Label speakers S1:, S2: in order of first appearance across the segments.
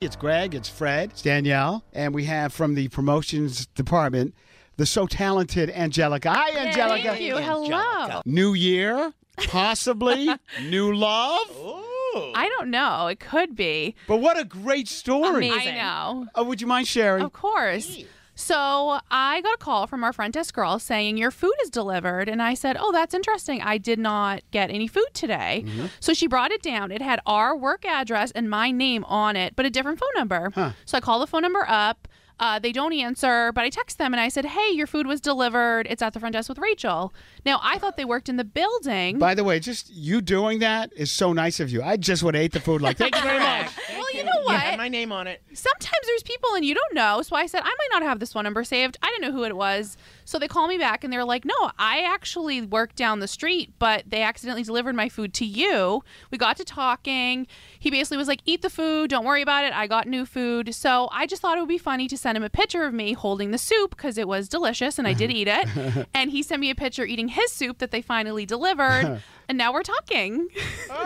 S1: It's Greg, it's Fred, it's Danielle, and we have from the promotions department the so talented Angelica. Hi, Angelica.
S2: Thank you. Hello.
S1: New year, possibly, new love.
S2: Oh. I don't know. It could be.
S1: But what a great story.
S2: I know.
S1: Oh, would you mind sharing?
S2: Of course. So I got a call from our front desk girl saying your food is delivered, and I said, "Oh, that's interesting. I did not get any food today." So she brought it down. It had our work address and my name on it, but a different phone number. So I call the phone number up. Uh, they don't answer, but I text them and I said, "Hey, your food was delivered. It's at the front desk with Rachel." Now I thought they worked in the building.
S1: By the way, just you doing that is so nice of you. I just would have ate the food like thank you very much.
S2: well, you know what?
S3: my name on it.
S2: sometimes there's people and you don't know. So I said, I might not have this phone number saved. I didn't know who it was. So they call me back and they're like, no, I actually work down the street, but they accidentally delivered my food to you. We got to talking. He basically was like, eat the food. Don't worry about it. I got new food. So I just thought it would be funny to send him a picture of me holding the soup because it was delicious and I did eat it. and he sent me a picture eating his soup that they finally delivered. and now we're talking.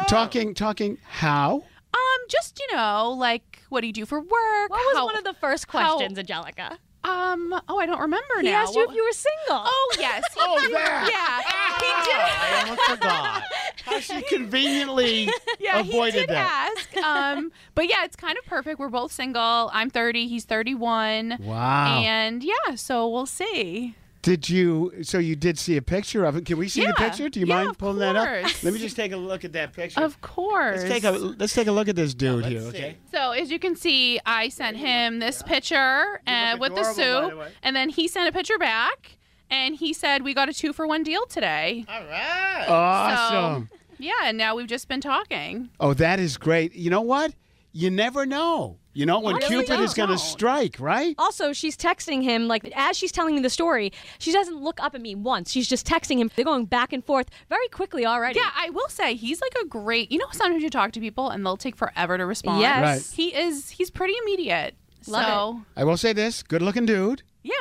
S1: Talking, talking, how?
S2: Um, just you know, like what do you do for work? What
S4: What was one of the first
S2: how-
S4: questions, Angelica?
S2: Um. Oh, I don't remember
S4: He
S2: now.
S4: asked you if
S2: What-
S4: you were single.
S2: Oh yes. oh
S1: that.
S2: Yeah.
S3: I almost forgot.
S1: How she conveniently
S2: He did. Yeah.
S1: avoided
S2: he did
S1: that.
S2: ask. Um. But yeah, it's kind of perfect. We're both single. I'm 30. He's 31.
S1: Wow.
S2: And yeah, so we'll see.
S1: Did you? So you did see a picture of it? Can we see the
S2: Yeah.
S1: picture? Do you
S2: Yeah,
S1: mind
S2: of
S1: pulling that up?
S2: course.
S1: Let me just take a look at that picture.
S2: Of course.
S1: Let's take a let's take a look at this dude here.
S3: see.
S1: Okay.
S2: So as you can see, I sent him this picture uh,
S1: look
S2: with
S1: adorable, by
S2: the
S1: the
S2: soup,
S1: way.
S2: and then he sent a picture back, and he said we got a two for one deal today.
S1: Oh.
S3: All right.
S1: Awesome.
S2: So, yeah, and now we've just been talking.
S1: Oh, that is great. You know what? You never know. You know when
S4: Honestly,
S1: Cupid
S4: you
S1: is going to
S4: don't.
S1: strike, right?
S4: Also, she's texting him, like, as she's telling me the story, she doesn't look up at me once. She's just texting him. They're going back and forth very quickly already.
S2: Yeah, I will say he's like a great. You know, sometimes you talk to people and they'll take forever to respond.
S4: Yes.
S1: Right.
S2: he is. He's pretty immediate.
S4: Love
S2: so
S1: I will say this: good-looking dude.
S2: yeah,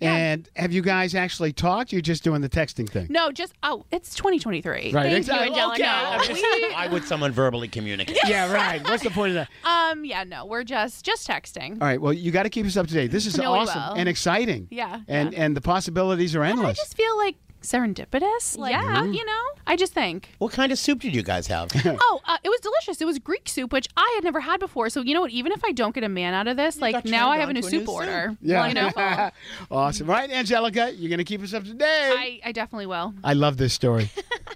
S2: yeah.
S1: And have you guys actually talked? You're just doing the texting thing,
S2: no, just oh, it's
S1: right?
S2: 2023.
S4: Thank
S1: exactly.
S4: you, Angelica.
S1: Okay.
S3: I'm just- Why would someone verbally communicate?
S1: yeah, right. What's the point of that?
S2: Um, yeah, no, we're just just texting.
S1: All right. Well, you got to keep us up to date. This is
S2: No, we
S1: awesome
S2: will.
S1: and exciting.
S2: Yeah,
S1: And and the possibilities are
S2: I
S1: endless.
S2: just feel like serendipitous. Like,
S4: Yeah.
S2: uh, you know, I just think.
S3: What kind of soup did you guys have?
S2: Oh, uh, it was delicious. It was Greek soup, which I had never had before. So you know what? Even if I don't get a man out of this, like
S3: got
S2: now I
S3: turned
S2: have a
S3: on
S2: new
S3: to a
S2: soup
S3: new soup.
S2: order.
S1: yeah.
S2: you know,
S1: awesome. Right, Angelica, you're going to keep us up to date.
S2: I, I definitely will.
S1: I love this story.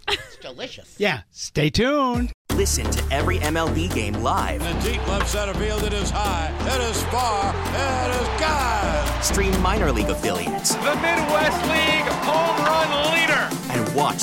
S3: It's delicious.
S1: yeah. Stay tuned.
S5: Listen to every MLB game live.
S6: In deep left center field, it is high, it is far, it is God.
S5: Stream minor league affiliates
S6: The Midwest League home run leader.
S5: and watch